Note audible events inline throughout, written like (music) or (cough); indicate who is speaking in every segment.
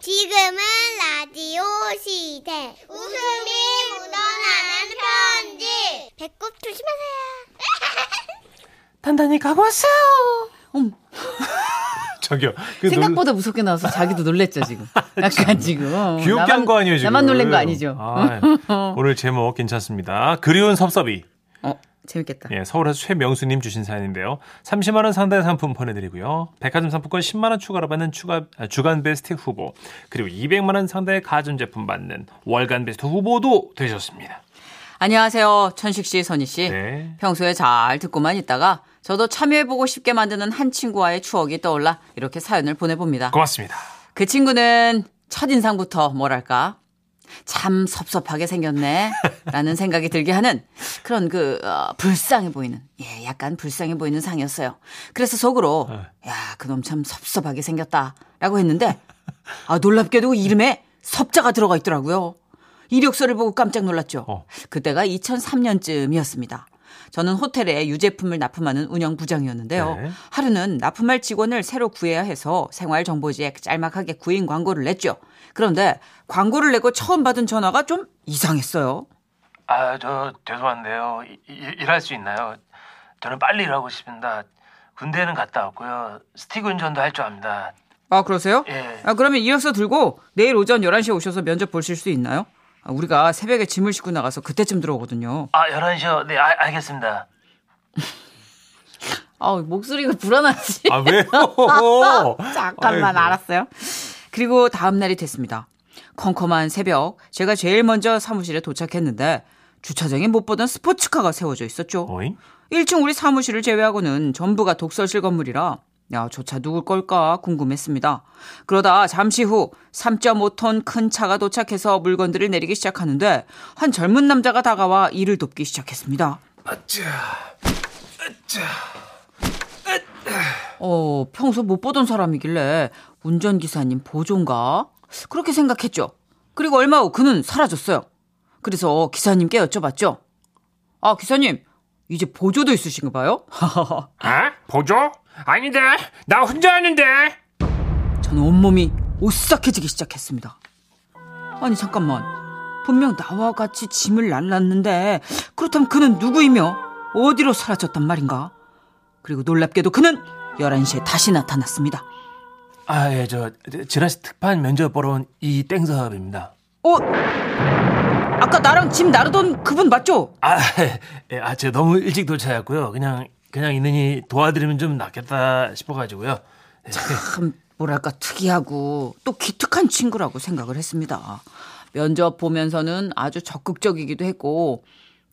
Speaker 1: 지금은 라디오 시대. 웃음이 묻어나는 편지. 배꼽 조심하세요.
Speaker 2: 단단히 가보세요.
Speaker 3: 음,
Speaker 2: (laughs) 저기요. 그
Speaker 3: 생각보다 무섭게 나와서 자기도 놀랬죠
Speaker 2: (laughs)
Speaker 3: 지금. 약간 지금.
Speaker 2: 놀- 귀엽게
Speaker 3: 나만-
Speaker 2: 한 거 아니에요, 지금.
Speaker 3: 나만 놀란 거 아니죠.
Speaker 2: 아,
Speaker 3: (laughs)
Speaker 2: 오늘 제목 괜찮습니다. 그리운 섭섭이.
Speaker 3: 어, 재밌겠다.
Speaker 2: 예, 서울에서 최명수님 주신 사연인데요. 30만 원 상당의 상품 보내드리고요. 백화점 상품권 10만 원 추가로 받는 추가, 아, 주간 베스트 후보 그리고 200만 원 상당의 가전제품 받는 월간 베스트 후보도 되셨습니다.
Speaker 3: 안녕하세요. 천식 씨, 선희 씨.
Speaker 2: 네.
Speaker 3: 평소에 잘 듣고만 있다가 저도 참여해보고 싶게 만드는 한 친구와의 추억이 떠올라 이렇게 사연을 보내봅니다.
Speaker 2: 고맙습니다.
Speaker 3: 그 친구는 첫인상부터 뭐랄까 참 섭섭하게 생겼네 라는 (laughs) 생각이 들게 하는 그런 그 어, 불쌍해 보이는 예 약간 불쌍해 보이는 상이었어요 그래서 속으로 야 그놈 참 섭섭하게 생겼다 라고 했는데 아 놀랍게도 이름에 섭자가 들어가 있더라고요 이력서를 보고 깜짝 놀랐죠
Speaker 2: 어.
Speaker 3: 그때가 2003년쯤이었습니다 저는 호텔에 유제품을 납품하는 운영 부장이었는데요.
Speaker 2: 네.
Speaker 3: 하루는 납품할 직원을 새로 구해야 해서 생활정보지에 짤막하게 구인 광고를 냈죠. 그런데 광고를 내고 처음 받은 전화가 좀 이상했어요.
Speaker 4: 아, 저 죄송한데요. 이- 이- 일할 수 있나요? 저는 빨리 일하고 싶습니다. 군대는 갔다 왔고요. 스틱 운전도 할 줄 압니다.
Speaker 3: 아, 그러세요?
Speaker 4: 예.
Speaker 3: 아, 그러면 이력서 들고 내일 오전 11시에 오셔서 면접 보실 수 있나요? 아, 우리가 새벽에 짐을 싣고 나가서 그때쯤 들어오거든요.
Speaker 4: 아, 11시요. 네, 아, 알겠습니다.
Speaker 3: 아, 목소리가 불안하지.
Speaker 2: 아, 왜요?
Speaker 3: (laughs) 잠깐만
Speaker 2: 아이고.
Speaker 3: 알았어요. 그리고 다음 날이 됐습니다. 컴컴한 새벽 제가 제일 먼저 사무실에 도착했는데 주차장에 못 보던 스포츠카가 세워져 있었죠.
Speaker 2: 어잉?
Speaker 3: 1층 우리 사무실을 제외하고는 전부가 독서실 건물이라 야, 저 차 누굴 걸까 궁금했습니다. 그러다 잠시 후 3.5톤 큰 차가 도착해서 물건들을 내리기 시작하는데 한 젊은 남자가 다가와 일을 돕기 시작했습니다. 어, 평소 못 보던 사람이길래 운전기사님 보존가? 그렇게 생각했죠. 그리고 얼마 후 그는 사라졌어요. 그래서 기사님께 여쭤봤죠. 아, 기사님, 이제 보조도 있으신가 봐요? (laughs)
Speaker 2: 어?
Speaker 5: 아? 보조? 아닌데 나 혼자 하는데
Speaker 3: 저는 온몸이 오싹해지기 시작했습니다. 아니, 잠깐만. 분명 나와 같이 짐을 날랐는데, 그렇다면 그는 누구이며 어디로 사라졌단 말인가? 그리고 놀랍게도 그는 11시에 다시 나타났습니다.
Speaker 4: 아, 예, 저 지라시 특판 면접 보러 온 이 땡사업입니다.
Speaker 3: 어? 아까 나랑 짐 나르던 그분 맞죠?
Speaker 4: 아, 예, 아, 제가 너무 일찍 도착했고요. 그냥 그냥 있느니 도와드리면 좀 낫겠다 싶어 가지고요.
Speaker 3: 참 뭐랄까 특이하고 또 기특한 친구라고 생각을 했습니다. 면접 보면서는 아주 적극적이기도 했고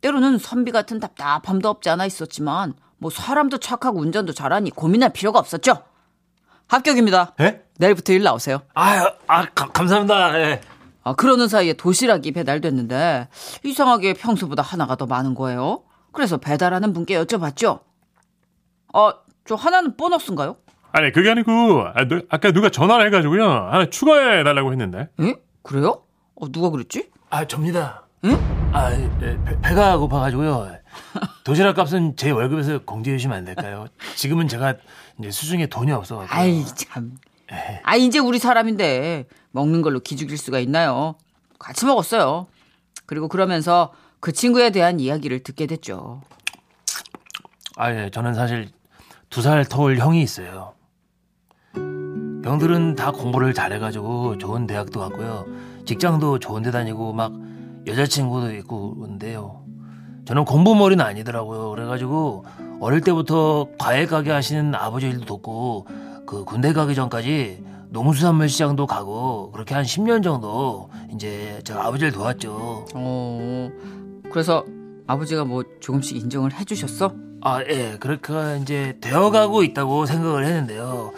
Speaker 3: 때로는 선비 같은 답답함도 없지 않아 있었지만 뭐 사람도 착하고 운전도 잘하니 고민할 필요가 없었죠. 합격입니다.
Speaker 4: 예?
Speaker 3: 내일부터 일 나오세요.
Speaker 4: 아, 아, 가- 감사합니다. 예.
Speaker 3: 아, 그러는 사이에 도시락이 배달됐는데 이상하게 평소보다 하나가 더 많은 거예요. 그래서 배달하는 분께 여쭤봤죠. 아, 저 하나는 보너스인가요?
Speaker 5: 아니 그게 아니고 아, 누- 아까 누가 전화를 해가지고요 하나 추가해달라고 했는데
Speaker 3: 응? 예? 그래요? 어, 누가 그랬지?
Speaker 4: 아, 접니다.
Speaker 3: 응?
Speaker 4: 아, 예, 배, 배가 고파
Speaker 3: (laughs)
Speaker 4: 가지고요. 도시락 값은 제 월급에서 공제해 주시면 안 될까요? 지금은 제가 이제 수중에 돈이 없어 가지고.
Speaker 3: 아이 참. 아 이제 우리 사람인데 먹는 걸로 기죽일 수가 있나요? 같이 먹었어요. 그리고 그러면서 그 친구에 대한 이야기를 듣게 됐죠.
Speaker 4: 아, 예, 저는 사실 두 살 터울 형이 있어요. 형들은 다 공부를 잘해가지고 좋은 대학도 갔고요. 직장도 좋은 데 다니고 막 여자친구도 있고 그런데요. 저는 공부머리는 아니더라고요. 그래가지고 어릴 때부터 과일 가게 하시는 아버지 일도 돕고 그 군대 가기 전까지 농수산물 시장도 가고 그렇게 한 10년 정도 이제 제가 아버지를 도왔죠.
Speaker 3: 어. 그래서 아버지가 뭐 조금씩 인정을 해주셨어?
Speaker 4: 아, 예, 그렇게 이제 되어가고 있다고 생각을 했는데요.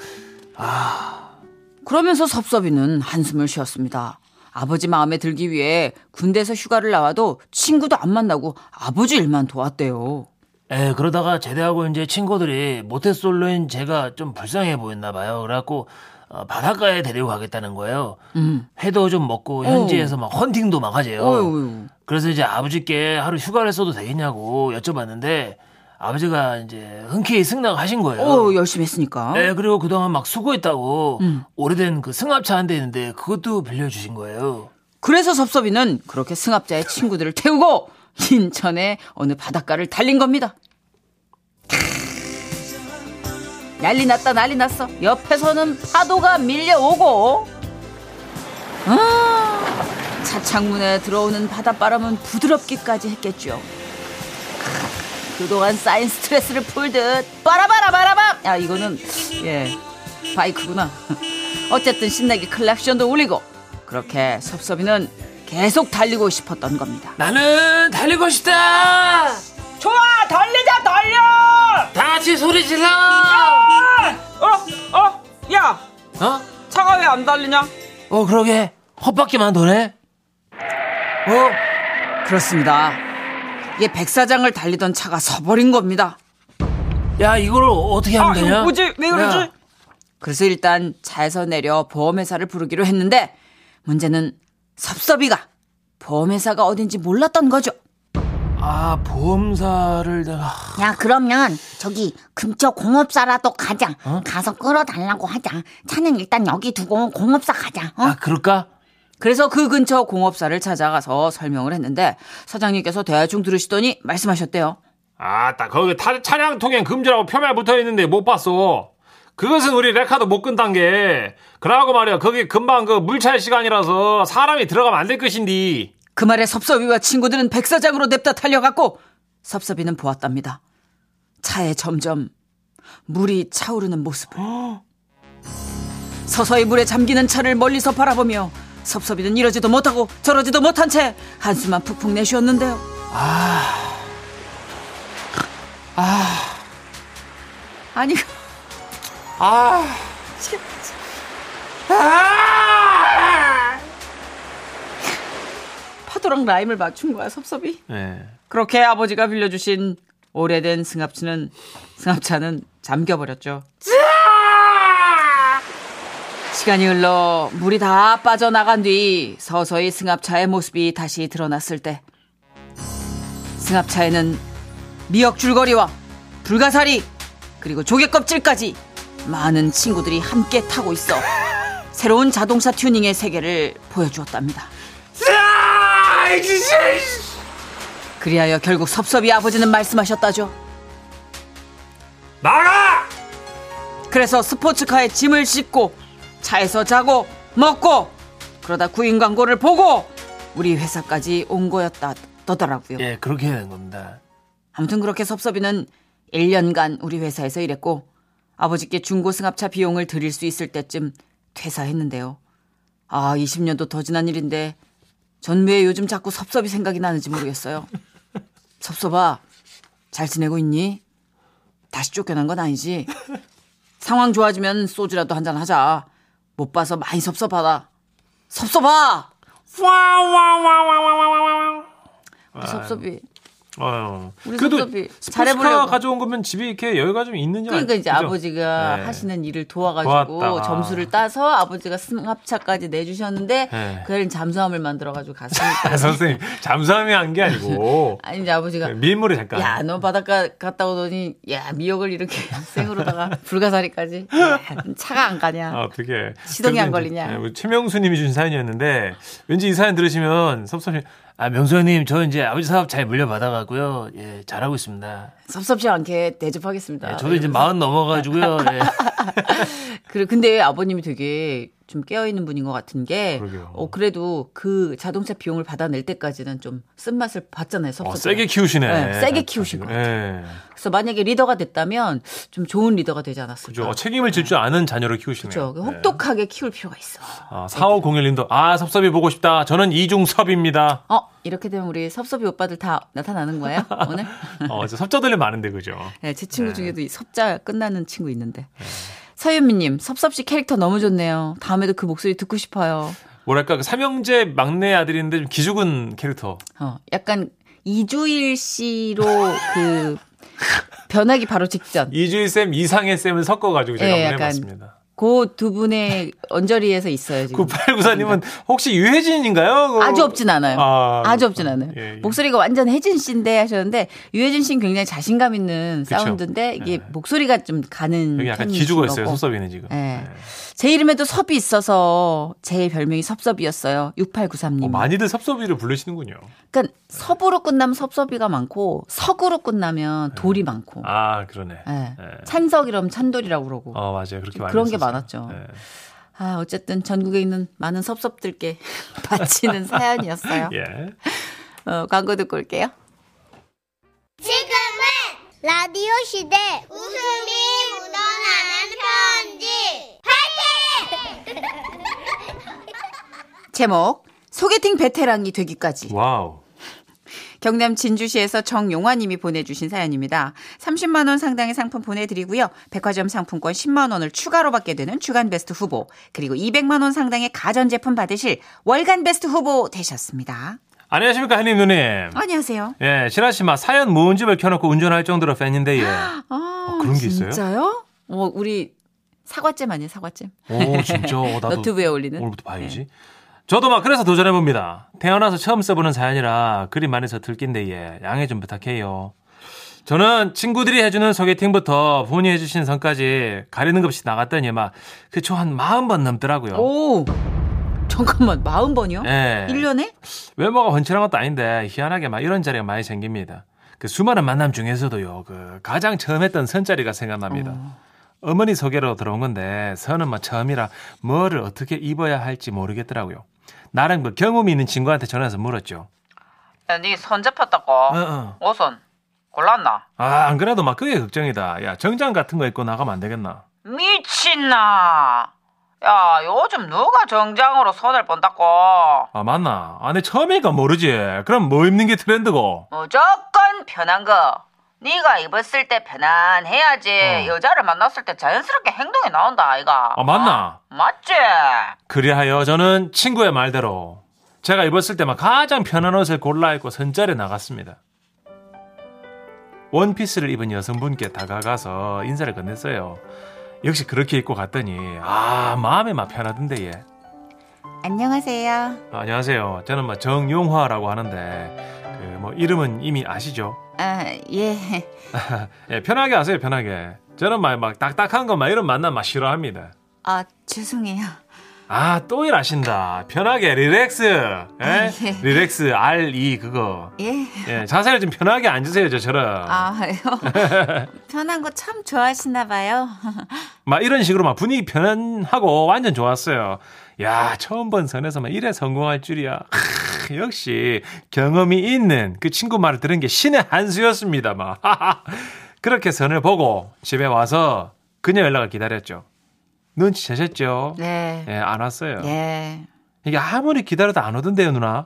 Speaker 3: 그러면서 섭섭이는 한숨을 쉬었습니다. 아버지 마음에 들기 위해 군대에서 휴가를 나와도 친구도 안 만나고 아버지 일만 도왔대요.
Speaker 4: 예, 그러다가 제대하고 이제 친구들이 모태솔로인 제가 좀 불쌍해 보였나 봐요. 그래갖고 어, 바닷가에 데리고 가겠다는 거예요.
Speaker 3: 음.
Speaker 4: 회도 좀 먹고 현지에서 막 헌팅도 막 하재요.
Speaker 3: 어휴.
Speaker 4: 그래서 이제 아버지께 하루 휴가를 써도 되겠냐고 여쭤봤는데 아버지가 이제 흔쾌히 승낙하신 거예요.
Speaker 3: 오, 어, 열심히 했으니까.
Speaker 4: 네, 그리고 그동안 막 수고했다고
Speaker 3: 음.
Speaker 4: 오래된 그 승합차 한 대 있는데 그것도 빌려주신 거예요.
Speaker 3: 그래서 섭섭이는 그렇게 승합자의 친구들을 태우고 인천의 어느 바닷가를 달린 겁니다. 난리 났다 난리 났어. 옆에서는 파도가 밀려오고 아, 차창문에 들어오는 바닷바람은 부드럽기까지 했겠죠. 크, 그동안 쌓인 스트레스를 풀듯 빠라바라바라밤. 야 이거는 예 바이크구나. 어쨌든 신나게 클락션도 울리고 그렇게 섭섭이는 계속 달리고 싶었던 겁니다.
Speaker 4: 나는 달리고 싶다!
Speaker 3: 좋아 달리자 달려
Speaker 4: 다 같이 소리 질러!
Speaker 3: 어? 어? 야
Speaker 4: 어?
Speaker 3: 차가 왜 안 달리냐
Speaker 4: 어, 그러게. 헛바퀴만 도네? 어?
Speaker 3: 그렇습니다 이게 백사장을 달리던 차가 서버린 겁니다
Speaker 4: 야, 아, 이걸 어떻게
Speaker 3: 아,
Speaker 4: 하면 되냐? 야,
Speaker 3: 그래서 일단 차에서 내려 보험회사를 부르기로 했는데 문제는 섭섭이가 보험회사가 어딘지 몰랐던 거죠
Speaker 4: 아, 보험사를 내가.
Speaker 6: 야, 그러면 저기 근처 공업사라도 가자.
Speaker 3: 어?
Speaker 6: 가서 끌어달라고 하자. 차는 일단 여기 두고 공업사 가자. 어?
Speaker 4: 아, 그럴까?
Speaker 3: 그래서 그 근처 공업사를 찾아가서 설명을 했는데 사장님께서 대충 들으시더니 말씀하셨대요
Speaker 2: 아따 거기 타- 차량 통행 금지라고 표면에 붙어있는데 못 봤어 그것은 우리 레카도 못 끈단 게 그러고 말이야 거기 금방 그 물차의 시간이라서 사람이 들어가면 안 될 것인디
Speaker 3: 그 말에 섭섭이와 친구들은 백사장으로 냅다 달려갔고 섭섭이는 보았답니다. 차에 점점 물이 차오르는 모습을. 서서히 물에 잠기는 차를 멀리서 바라보며 섭섭이는 이러지도 못하고 저러지도 못한 채 한숨만 푹푹 내쉬었는데요. 아, 아, 아니 아. 파도랑 라임을 맞춘 거야 섭섭이.
Speaker 2: 예.
Speaker 3: 그렇게 아버지가 빌려주신 오래된 승합차는 승합차는 잠겨버렸죠. 시간이 흘러 물이 다 빠져나간 뒤 서서히 승합차의 모습이 다시 드러났을 때 승합차에는 미역줄거리와 불가사리 그리고 조개껍질까지 많은 친구들이 함께 타고 있어 새로운 자동차 튜닝의 세계를 보여주었답니다. 그리하여 결국 섭섭이 아버지는 말씀하셨다죠.
Speaker 2: 나가
Speaker 3: 그래서 스포츠카에 짐을 싣고 차에서 자고 먹고 그러다 구인 광고를 보고 우리 회사까지 온 거였다 더더라고요.
Speaker 4: 예, 그렇게 해야 되는 겁니다.
Speaker 3: 아무튼 그렇게 섭섭이는 1년간 우리 회사에서 일했고 아버지께 중고 승합차 비용을 드릴 수 있을 때쯤 퇴사했는데요. 아, 20년도 더 지난 일인데 전 왜 요즘 자꾸 섭섭이 생각이 나는지 모르겠어요. 섭섭아, 잘 지내고 있니? 다시 쫓겨난 건 아니지? 상황 좋아지면 소주라도 한잔 하자. 못 봐서 많이 섭섭하다. 섭섭아! 섭섭이.
Speaker 2: 아유.
Speaker 3: 우리
Speaker 2: 그래도
Speaker 3: 섭섭이
Speaker 2: 스포츠카
Speaker 3: 잘해보려고.
Speaker 2: 가져온 거면 집에 이렇게 여유가 좀 있는지
Speaker 3: 그러니까
Speaker 2: 알-
Speaker 3: 이제
Speaker 2: 그죠?
Speaker 3: 아버지가
Speaker 2: 네.
Speaker 3: 하시는 일을 도와가지고
Speaker 2: 도왔다가. 아.
Speaker 3: 점수를 따서 아버지가 승합차까지 내주셨는데
Speaker 2: 네.
Speaker 3: 그애는 잠수함을 만들어가지고
Speaker 2: 아, (laughs)
Speaker 3: 갔으니까
Speaker 2: 선생님 잠수함이 한 게 아니고
Speaker 3: (laughs) 아니 이제 아버지가
Speaker 2: 밀물에 잠깐
Speaker 3: 야 너 바닷가 갔다 오더니 야 미역을 이렇게 (laughs) 생으로다가 불가사리까지 야, 차가 안 가냐
Speaker 2: 아, 어떻게
Speaker 3: 시동이 안
Speaker 2: 그래서 이제,
Speaker 3: 걸리냐.
Speaker 2: 예, 우리 최명수님이 주신 사연이었는데 왠지 이 사연 들으시면 섭섭해
Speaker 4: 아, 명수 형님, 저 이제 아버지 사업 잘 물려받아갖고요. 예, 잘하고 있습니다.
Speaker 3: 섭섭지 않게 대접하겠습니다.
Speaker 2: 네,
Speaker 4: 예, 저도 이제 마흔 넘어가지고요. 예.
Speaker 3: 그래 근데 아버님이 되게 좀 깨어 있는 분인 것 같은 게
Speaker 2: 그러게요.
Speaker 3: 어, 그래도 그 자동차 비용을 받아낼 때까지는 좀 쓴맛을 봤잖아요. 섭섭.
Speaker 2: 어, 세게 키우시네.
Speaker 3: 네, 세게 키우신 것
Speaker 2: 예.
Speaker 3: 그래서 만약에 리더가 됐다면 좀 좋은 리더가 되지
Speaker 2: 그죠.
Speaker 3: 않았을까.
Speaker 2: 어, 책임을 질 줄 아는 자녀를 키우시네요.
Speaker 3: 아. 그렇죠.
Speaker 2: 네.
Speaker 3: 혹독하게 키울 필요가 있어.
Speaker 2: 아, 4501님도 아 섭섭이 보고 싶다. 저는 이중섭입니다.
Speaker 3: 어 이렇게 되면 우리 섭섭이 오빠들 다 나타나는 거예요
Speaker 2: (laughs)
Speaker 3: 오늘?
Speaker 2: 어, 저 섭자들이 많은데 그죠.
Speaker 3: 네, 제 친구 중에도 이 섭자 끝나는 친구 있는데.
Speaker 2: 네.
Speaker 3: 서윤미님 섭섭씨 캐릭터 너무 좋네요. 다음에도 그 목소리 듣고 싶어요.
Speaker 2: 뭐랄까 그 삼형제 막내 아들인데 좀 기죽은 캐릭터.
Speaker 3: 어 약간 이주일 씨로 그 변하기 바로 직전.
Speaker 2: 이주일 쌤 이상의 쌤을 섞어가지고 제가
Speaker 3: 예,
Speaker 2: 한번
Speaker 3: 약간
Speaker 2: 해봤습니다.
Speaker 3: 그 두 분의 언저리에서 있어요 지금.
Speaker 2: 그 9894님은 혹시 유해진인가요? 그-
Speaker 3: 아주 없진 않아요.
Speaker 2: 아,
Speaker 3: 아, 주
Speaker 2: 그렇구나.
Speaker 3: 없진 않아요.
Speaker 2: 예, 예.
Speaker 3: 목소리가 완전 혜진 씨인데 하셨는데 유혜진 씨는 굉장히 자신감 있는
Speaker 2: 그쵸.
Speaker 3: 사운드인데 이게
Speaker 2: 예.
Speaker 3: 목소리가 좀 가는
Speaker 2: 여기 약간
Speaker 3: 편이
Speaker 2: 기죽어
Speaker 3: 있는
Speaker 2: 있어요.
Speaker 3: 거고.
Speaker 2: 섭섭이네 지금.
Speaker 3: 예.
Speaker 2: 네.
Speaker 3: 제 이름에도 섭이 있어서 제 별명이 섭섭이었어요. 6893님.
Speaker 2: 어, 많이들 섭섭이를 부르시는군요.
Speaker 3: 그러니까 섭으로 끝나면 섭섭이가 많고 석으로 끝나면 돌이 많고.
Speaker 2: 예. 아 그러네.
Speaker 3: 예.
Speaker 2: 예.
Speaker 3: 찬석이라면 찬돌이라고 그러고.
Speaker 2: 어 맞아요. 그렇게 많이
Speaker 3: 그런 게
Speaker 2: 했었어요.
Speaker 3: 많았죠.
Speaker 2: 예.
Speaker 3: 아, 어쨌든 전국에 있는 많은 섭섭들께 (laughs) 바치는 사연이었어요.
Speaker 2: 예.
Speaker 3: 어, 광고 듣고 올게요.
Speaker 1: 지금은 라디오 시대 웃음이 묻어나는 편지
Speaker 3: 제목 소개팅 베테랑이 되기까지
Speaker 2: 와우.
Speaker 3: 경남 진주시에서 정용화님이 보내주신 사연입니다. 30만 원 상당의 상품 보내드리고요. 백화점 상품권 10만 원을 추가로 받게 되는 주간 베스트 후보 그리고 200만 원 상당의 가전 제품 받으실 월간 베스트 후보 되셨습니다.
Speaker 2: 안녕하십니까 한님 누님.
Speaker 3: 안녕하세요.
Speaker 2: 예, 시라시마 사연 무운집을 켜놓고 운전할 정도로 팬인데
Speaker 3: (laughs)
Speaker 2: 예.
Speaker 3: 아,
Speaker 2: 그런 게 있어요?
Speaker 3: 진짜요? 어, 우리 사과잼 아니에요 사과잼?
Speaker 2: 오 진짜 어, 나도
Speaker 3: 너튜브에 올리는?
Speaker 2: 오늘부터 봐야지. 저도 막 그래서 도전해 봅니다. 태어나서 처음 써보는 사연이라 글이 많이 서툴긴데 예, 양해 좀 부탁해요. 저는 친구들이 해주는 소개팅부터 본인이 해주신 선까지 가리는 것 없이 나갔더니 막 그쵸 한 40번 넘더라고요.
Speaker 3: 오 잠깐만 40번이요?
Speaker 2: 예.
Speaker 3: 1년에?
Speaker 2: 외모가 훤칠한 것도 아닌데 희한하게 막 이런 자리가 많이 생깁니다. 그 수많은 만남 중에서도요. 그 가장 처음 했던 선자리가 생각납니다. 어. 머니 소개로 들어온 건데 선은 막 처음이라 뭐를 어떻게 입어야 할지 모르겠더라고요. 나름 그 경험이 있는 친구한테 전화해서 물었죠.
Speaker 7: 야, 니선 잡혔다고.
Speaker 2: 어, 어.
Speaker 7: 옷은 골랐나?
Speaker 2: 아, 안 그래도 막 그게 걱정이다. 야, 정장 같은 거 입고 나가면 안 되겠나?
Speaker 7: 미친나. 야, 요즘 누가 정장으로 손을 본다고.
Speaker 2: 아, 맞나? 아니, 처음이니까 모르지. 그럼 뭐 입는 게 트렌드고?
Speaker 7: 무조건 편한 거. 네가 입었을 때 편안해야지.
Speaker 2: 어.
Speaker 7: 여자를 만났을 때 자연스럽게 행동이 나온다, 아이가.
Speaker 2: 아, 맞나?
Speaker 7: 어? 맞지?
Speaker 2: 그리하여 저는 친구의 말대로 제가 입었을 때만 가장 편한 옷을 골라 입고 선자리에 나갔습니다. 원피스를 입은 여성분께 다가가서 인사를 건넸어요. 역시 그렇게 입고 갔더니 아 마음에 막 편하던데 예.
Speaker 3: 안녕하세요.
Speaker 2: 아, 안녕하세요. 저는 막 정용화라고 하는데 그 뭐 이름은 이미 아시죠?
Speaker 3: 아, 예.
Speaker 2: 예, 편하게 하세요 편하게. 저는 막, 막 딱딱한 거 막 이런 만남 막 싫어합니다.
Speaker 3: 아, 죄송해요.
Speaker 2: 아, 또 일하신다. 편하게 릴렉스.
Speaker 3: 아,
Speaker 2: 예?
Speaker 3: 예.
Speaker 2: 릴렉스 R2 그거.
Speaker 3: 예.
Speaker 2: 예, 자세를 좀 편하게 앉으세요, 저처럼.
Speaker 3: 아요. (laughs) 편한 거 참 좋아하시나 봐요. (laughs)
Speaker 2: 막 이런 식으로 막 분위기 편하고 완전 좋았어요. 야, 처음 본 선에서 막 이래 성공할 줄이야. 크, 역시 경험이 있는 그 친구 말을 들은 게 신의 한 수였습니다, 막. (laughs) 그렇게 선을 보고 집에 와서 그녀 연락을 기다렸죠. 눈치채셨죠?
Speaker 3: 네.
Speaker 2: 예, 안 왔어요.
Speaker 3: 예.
Speaker 2: 이게 아무리 기다려도 안 오던데요, 누나.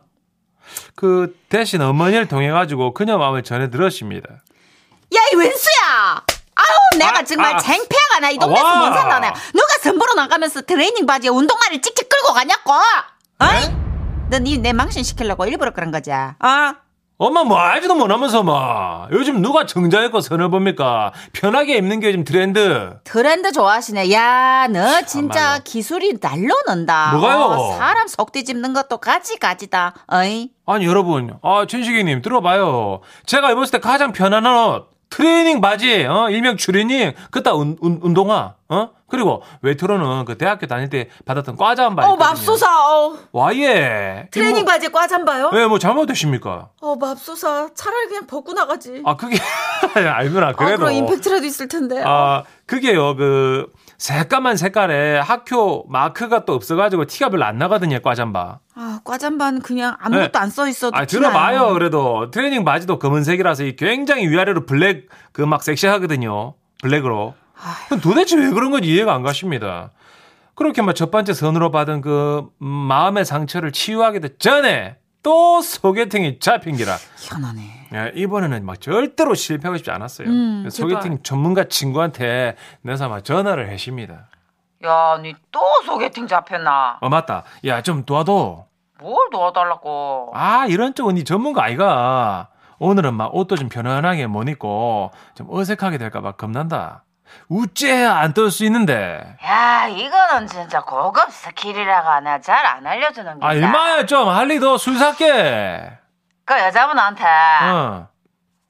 Speaker 2: 그 대신 어머니를 통해 가지고 그녀 마음을 전해 들었습니다.
Speaker 3: 야, 이 웬수야! 아우, 내가
Speaker 2: 아,
Speaker 3: 정말
Speaker 2: 아.
Speaker 3: 쟁패가 나. 이 동네에서
Speaker 2: 와.
Speaker 3: 뭔 산다네. 누가 선보러 나가면서 트레이닝 바지에 운동화를 찍찍 끌고 가냐고! 어이? 넌이내 망신 시키려고 일부러 그런 거지.
Speaker 4: 아,
Speaker 3: 어?
Speaker 2: 엄마 뭐 알지도 못하면서 막 요즘 누가 정장 입고 선을 봅니까? 편하게 입는 게 요즘 트렌드.
Speaker 3: 트렌드 좋아하시네. 야, 너 진짜
Speaker 2: 참말로.
Speaker 3: 기술이 날로 는다.
Speaker 2: 뭐가요?
Speaker 3: 어, 사람 속 뒤집는 것도 가지가지다. 어이?
Speaker 2: 아니 여러분, 아 천식이님 들어봐요. 제가 입었을 때 가장 편안한 옷, 트레이닝 바지, 어 일명 추리닝, 그따 운, 운, 운동화, 어 그리고 외투로는 그 대학교 다닐 때 받았던 과자 한 바지.
Speaker 3: 어, 맙소사. 어,
Speaker 2: 와예. 뭐, 예,
Speaker 3: 트레이닝 바지에 과잠바요?
Speaker 2: 왜뭐 잘못되십니까?
Speaker 3: 어, 맙소사. 차라리 그냥 벗고 나가지.
Speaker 2: 아 그게 (laughs) 알면아
Speaker 3: 아,
Speaker 2: 그래도.
Speaker 3: 그럼 임팩트라도 있을 텐데.
Speaker 2: 아, 그게요, 그, 새까만 색깔에 학교 마크가 또 없어가지고 티가 별로 안 나거든요, 과잠바.
Speaker 3: 아, 과잠반 그냥 아무것도
Speaker 2: 네.
Speaker 3: 안 써 있어도.
Speaker 2: 아,
Speaker 3: 티나요.
Speaker 2: 들어봐요, 그래도. 트레이닝 바지도 검은색이라서 이 굉장히 위아래로 블랙, 그 막 섹시하거든요. 블랙으로.
Speaker 3: 아,
Speaker 2: 그럼 도대체 왜 그런 건지 이해가 안 가십니다. 그렇게 막 첫 번째 선으로 받은 그, 음, 마음의 상처를 치유하기도 전에 또 소개팅이 잡힌 기라.
Speaker 3: 희한하네.
Speaker 2: 예, 이번에는 막 절대로 실패하고 싶지 않았어요.
Speaker 3: 음,
Speaker 2: 소개팅
Speaker 3: 제발.
Speaker 2: 전문가 친구한테 내서 막 전화를 해십니다.
Speaker 7: 야, 니 또 소개팅 잡혔나?
Speaker 2: 어 맞다. 야 좀 도와도.
Speaker 7: 뭘 도와달라고.
Speaker 2: 아 이런 쪽은 이 전문가 아이가. 오늘은 막 옷도 좀 편안하게 못 입고 좀 어색하게 될까 봐 겁난다. 우째야 안 떨 수 있는데.
Speaker 7: 야, 이거는 진짜 고급 스킬이라고 하나 잘 안 알려주는 게.
Speaker 2: 아, 일마야 좀 할리 더 술 살게.
Speaker 7: 그 여자분한테
Speaker 2: 어.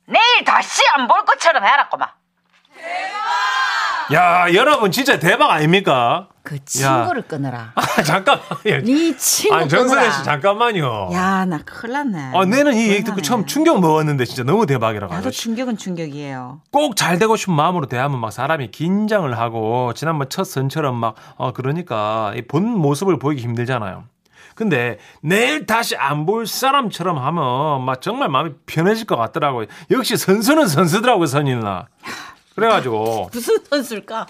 Speaker 7: 내일 다시 안 볼 것처럼 해라꼬마.
Speaker 2: 야, 여러분 진짜 대박 아닙니까?
Speaker 3: 그 친구를 끊어라.
Speaker 2: 아, 잠깐만. 예.
Speaker 3: 네 친구
Speaker 2: 아니,
Speaker 3: 끊어라.
Speaker 2: 정선혜 씨 잠깐만요.
Speaker 3: 야, 나 큰일 났네.
Speaker 2: 아, 내는 이 얘기 듣고
Speaker 3: 불안하네.
Speaker 2: 처음 충격 아, 먹었는데 진짜 너무 대박이라고.
Speaker 3: 나도
Speaker 2: (laughs)
Speaker 3: 충격은 충격이에요.
Speaker 2: 꼭 잘 되고 싶은 마음으로 대하면 막 사람이 긴장을 하고 지난번 첫 선처럼 막 어, 그러니까 이본 모습을 보이기 힘들잖아요. 근데 내일 다시 안 볼 사람처럼 하면 막 정말 마음이 편해질 것 같더라고요. 역시 선수는 선수더라고요, 선인나. 그래가지고
Speaker 3: 무슨 선수일까?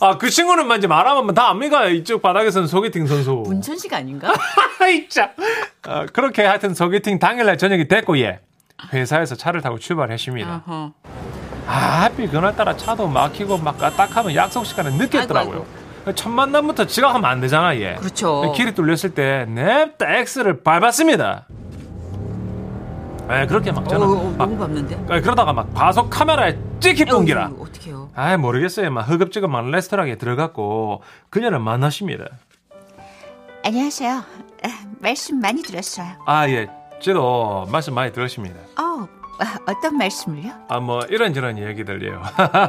Speaker 2: 아 그 친구는 막 이제 말하면 다 압니까 이쪽 바닥에서는 소개팅 선수.
Speaker 3: 문천 씨가 아닌가?
Speaker 2: 아이 참. 어, 그렇게 하여튼 소개팅 당일날 저녁이 됐고 예 회사에서 차를 타고 출발했습니다.
Speaker 3: 어허.
Speaker 2: 아, 하필 그날따라 차도 막히고 막 까딱하면 약속 시간에 늦겠더라고요. 첫 만남부터 지각하면 안 되잖아, 얘.
Speaker 3: 그렇죠.
Speaker 2: 길이 뚫렸을 때 냅다 X를 밟았습니다. 예, 그렇게 막
Speaker 3: 어,
Speaker 2: 저는
Speaker 3: 어,
Speaker 2: 막
Speaker 3: 너무 밟는데?
Speaker 2: 예, 그러다가 막 과속 카메라에 찍힐 뻔기라.
Speaker 3: 어떻게요?
Speaker 2: 아, 모르겠어요. 막 허겁지겁 막 레스토랑에 들어갔고 그녀를 만났습니다.
Speaker 6: 안녕하세요. 말씀 많이 들었어요.
Speaker 2: 아, 예. 저도 말씀 많이 들었습니다.
Speaker 6: 어, 어떤 말씀을요?
Speaker 2: 아, 뭐, 이런저런 이야기들요. (laughs)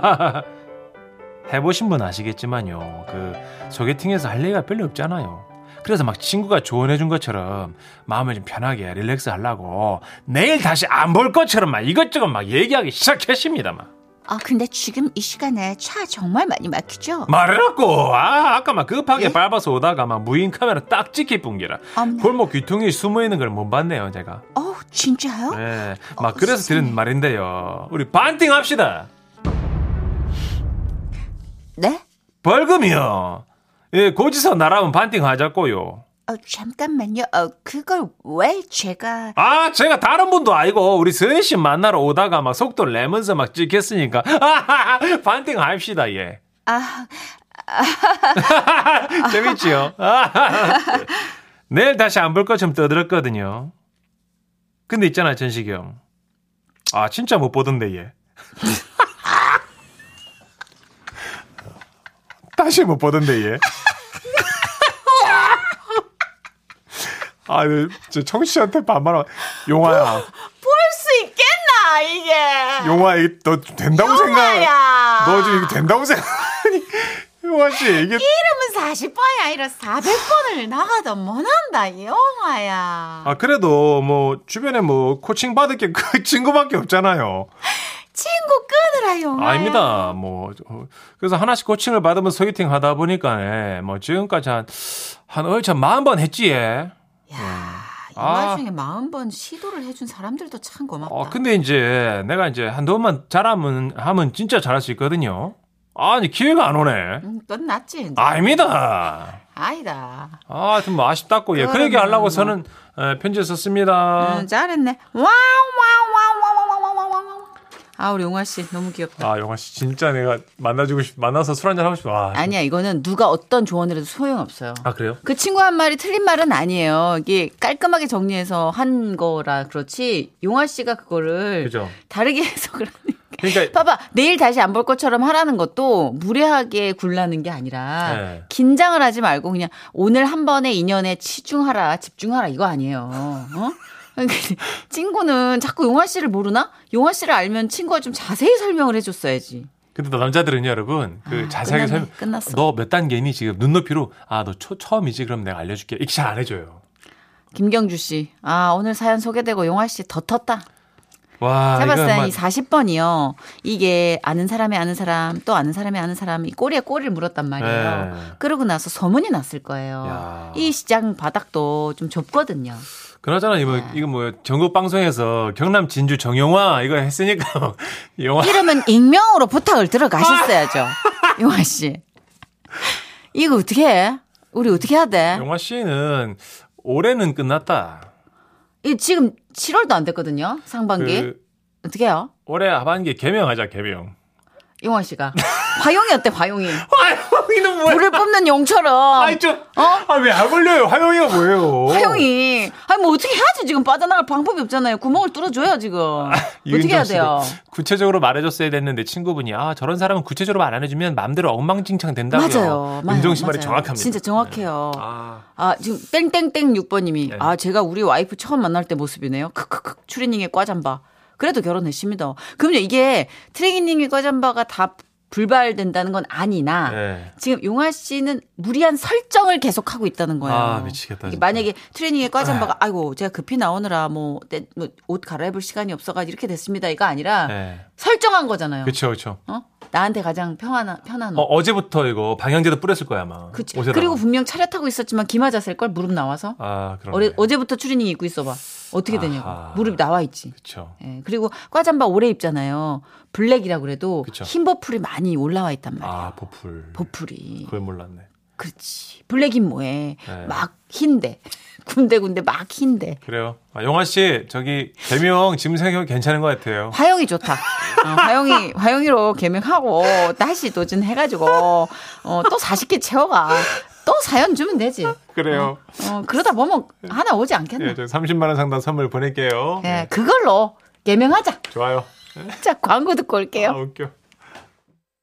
Speaker 2: 해보신 분 아시겠지만요. 그, 소개팅에서 할 얘기가 별로 없잖아요. 그래서 막 친구가 조언해준 것처럼 마음을 좀 편하게 릴렉스 하려고 내일 다시 안 볼 것처럼 막 이것저것 막 얘기하기 시작했습니다. 막.
Speaker 6: 아, 근데 지금 이 시간에 차 정말 많이 막히죠?
Speaker 2: 말해놓고, 아, 아까 막 급하게 밟아서 오다가 막 무인 카메라 딱 찍힐 뿐기라.
Speaker 6: 어머.
Speaker 2: 골목 귀퉁이 숨어 있는 걸 못 봤네요, 제가.
Speaker 6: 어, 진짜요?
Speaker 2: 예, 막 그래서 드린 말인데요. 우리 반띵 합시다.
Speaker 6: 네?
Speaker 2: 벌금이요. 예, 고지서 나라면 반띵 하자고요.
Speaker 6: 어, 잠깐만요. 어, 그걸 왜 제가
Speaker 2: 아, 제가 다른 분도 아니고 우리 서현 씨 만나러 오다가 막 속도를 내면서 막 찍혔으니까 (laughs) 아하하, 반띵 합시다. 예.
Speaker 6: 아,
Speaker 4: 아.
Speaker 2: 재밌지요? 아하하. 내일 다시 안 볼 것처럼 떠들었거든요. 근데 있잖아, 전식이 형. 아, 진짜 못 보던데, 예. 얘. (laughs) 다시 못 보던데, 예. 얘. (laughs) 아, 저 청취자한테 반말하 용화야.
Speaker 3: 수 있겠나 이게?
Speaker 2: 용화, 이게 너 된다고 생각, 너 지금 이거 된다고 생각, 아니, (laughs) 용화 씨, 이게
Speaker 3: 예. 이름은 40번이 아니라 400번을 나가도 못한다 이 영화야
Speaker 2: 아 그래도 뭐 주변에 뭐 코칭 받을 게 그 (laughs) 친구밖에 없잖아요.
Speaker 3: 친구 끊으라 영화야
Speaker 2: 아닙니다. 뭐 어, 그래서 하나씩 코칭을 받으면 소개팅 하다 보니까 예, 뭐 지금까지 한한 얼차 마흔 번 했지 예.
Speaker 3: 야, 이
Speaker 2: 아.
Speaker 3: 와중에 40번 시도를 해준 사람들도 참 고맙다
Speaker 2: 어 근데 이제 내가 이제 한두 번만 잘하면 하면 진짜 잘할 수 있거든요. 아니 기회가 안 오네.
Speaker 3: 음, 끝났지 이제
Speaker 2: 아닙니다.
Speaker 3: 아니다
Speaker 2: 아, 하여튼 뭐 아쉽다고 예. 그
Speaker 3: 그러면
Speaker 2: 얘기 하려고
Speaker 3: 뭐.
Speaker 2: 저는 예, 편지 썼습니다.
Speaker 3: 음, 잘했네 와와와와와와와와와 아 우리 용화 씨 너무 귀엽다
Speaker 2: 아, 영화 씨 진짜 내가 만나주고 싶 만나서 술 한잔 하고 싶어. 아,
Speaker 3: 아니야 이거는 누가 어떤 조언을 해도 소용없어요
Speaker 2: 아 그래요?
Speaker 3: 그 친구 한 말이 틀린 말은 아니에요. 이게 깔끔하게 정리해서 한 거라 그렇지. 용화 씨가 그거를
Speaker 2: 그죠.
Speaker 3: 다르게 (laughs) 해석을 하니까.
Speaker 2: 그러니까
Speaker 3: (laughs) 봐봐 내일 다시 안 볼 것처럼 하라는 것도 무례하게 굴라는 게 아니라
Speaker 2: 네.
Speaker 3: 긴장을 하지 말고 그냥 오늘 한 번의 인연에 치중하라 집중하라 이거 아니에요. 어? (laughs) 친구는 자꾸 용화 씨를 모르나? 용화 씨를 알면 친구가 좀 자세히 설명을 해줬어야지.
Speaker 2: 근데 또 남자들은요, 여러분, 그 자세하게
Speaker 3: 아, 끝났네,
Speaker 2: 설명.
Speaker 3: 끝났어.
Speaker 2: 너 몇 단계니 지금 눈높이로 아 너 처음이지 그럼 내가 알려줄게. 이렇게 잘 안 해줘요.
Speaker 3: 김경주 씨, 아 오늘 사연 소개되고 용화 씨 더 텄다.
Speaker 2: 와,
Speaker 3: 제가 봤을
Speaker 2: 아, 이건
Speaker 3: 때이
Speaker 2: 막-
Speaker 3: 40번이요. 이게 아는 사람이 아는 사람 또 아는 사람이 아는 사람이 꼬리에 꼬리를 물었단 말이에요.
Speaker 2: 예.
Speaker 3: 그러고 나서 소문이 났을 거예요.
Speaker 2: 야.
Speaker 3: 이 시장 바닥도 좀 좁거든요.
Speaker 2: 그나저나 이거
Speaker 3: 네.
Speaker 2: 이거 뭐 전국 방송에서 경남 진주 정영화 이거 했으니까 (laughs) 영화
Speaker 3: 이러면 익명으로
Speaker 2: (laughs)
Speaker 3: 부탁을 들어가셨어야죠. 용화 씨. 이거 어떻게 해? 우리 어떻게 해야 돼?
Speaker 2: 영화 씨는 올해는 끝났다.
Speaker 3: 이 지금 7월도 안 됐거든요. 상반기.
Speaker 2: 그
Speaker 3: 어떻게 해요?
Speaker 2: 올해 하반기 개명하자 개명. (laughs)
Speaker 3: 용화 씨가. 화용이 어때 화용이?
Speaker 2: 화영이는 뭐야?
Speaker 3: 불을 뽑는 용처럼.
Speaker 2: 아니 좀, 아왜 안 걸려요? 화영이가 뭐예요?
Speaker 3: 어? 화용이. 아니 뭐 어떻게 해야지 지금 빠져나갈 방법이 없잖아요. 구멍을 뚫어줘야 지금. 어떻게 해야
Speaker 2: 유인정 아, 씨도
Speaker 3: 돼요?
Speaker 2: 구체적으로 말해줬어야 됐는데 친구분이 아 저런 사람은 구체적으로 안 해주면 마음대로 엉망진창 된다고요.
Speaker 3: 맞아요. 맞아요.
Speaker 2: 윤정 씨 말이
Speaker 3: 맞아요.
Speaker 2: 정확합니다.
Speaker 3: 진짜 정확해요.
Speaker 2: 아,
Speaker 3: 아, 지금 땡땡땡 6번님이
Speaker 2: 네.
Speaker 3: 아, 제가 우리 와이프 처음 만날 때 모습이네요. 크크크 추리닝에 꽈잠바. 그래도 결혼했습니다. 그럼요, 이게 트레이닝의 꽈잠바가 다 불발된다는 건 아니나
Speaker 2: 네.
Speaker 3: 지금 용화 씨는 무리한 설정을 계속하고 있다는 거예요.
Speaker 2: 아, 미치겠다,
Speaker 3: 이게
Speaker 2: 진짜.
Speaker 3: 만약에 트레이닝에 꽈잠바가 아이고 제가 급히 나오느라 뭐 옷 갈아입을 시간이 없어가지고 이렇게 됐습니다. 이거 아니라
Speaker 2: 네.
Speaker 3: 설정한 거잖아요.
Speaker 2: 그렇죠, 그렇죠.
Speaker 3: 어? 나한테 가장 평안한 편한 옷.
Speaker 2: 어, 어제부터 이거 방향제도 뿌렸을 거야 아마.
Speaker 3: 음. 그치.
Speaker 2: 옷에다가.
Speaker 3: 그리고 분명 차렷하고 있었지만 기마 자세일 걸 무릎 나와서
Speaker 2: 아 그럼.
Speaker 3: 어레, 어제부터 추리닝 입고 있어봐. 어떻게 되냐고.
Speaker 2: 아하.
Speaker 3: 무릎 나와 있지.
Speaker 2: 그렇죠.
Speaker 3: 예, 그리고 꽈잠바 오래 입잖아요. 블랙이라 그래도
Speaker 2: 그쵸.
Speaker 3: 흰 보풀이 많이 올라와 있단 말이야.
Speaker 2: 아 보풀.
Speaker 3: 보풀이.
Speaker 2: 그걸 몰랐네.
Speaker 3: 그렇지. 블랙이 뭐해.
Speaker 2: 네.
Speaker 3: 막 흰데. (laughs) 군데군데 막 흰데.
Speaker 2: 그래요. 아, 영화 씨 저기 개명 지금 괜찮은 것 같아요.
Speaker 3: 화영이 좋다. 어, 화영이, 화영이로 개명하고 다시 도전해가지고 어, 또 40개 채워가. 또 사연 주면 되지.
Speaker 2: 그래요.
Speaker 3: 어, 그러다 보면 하나 오지
Speaker 2: 예,
Speaker 3: 않겠나.
Speaker 2: 저 30만 원 상당 선물 보낼게요.
Speaker 3: 네. 예, 그걸로 개명하자.
Speaker 2: 좋아요.
Speaker 3: 자, 광고 듣고
Speaker 2: 아
Speaker 3: 올게요.
Speaker 2: 웃겨.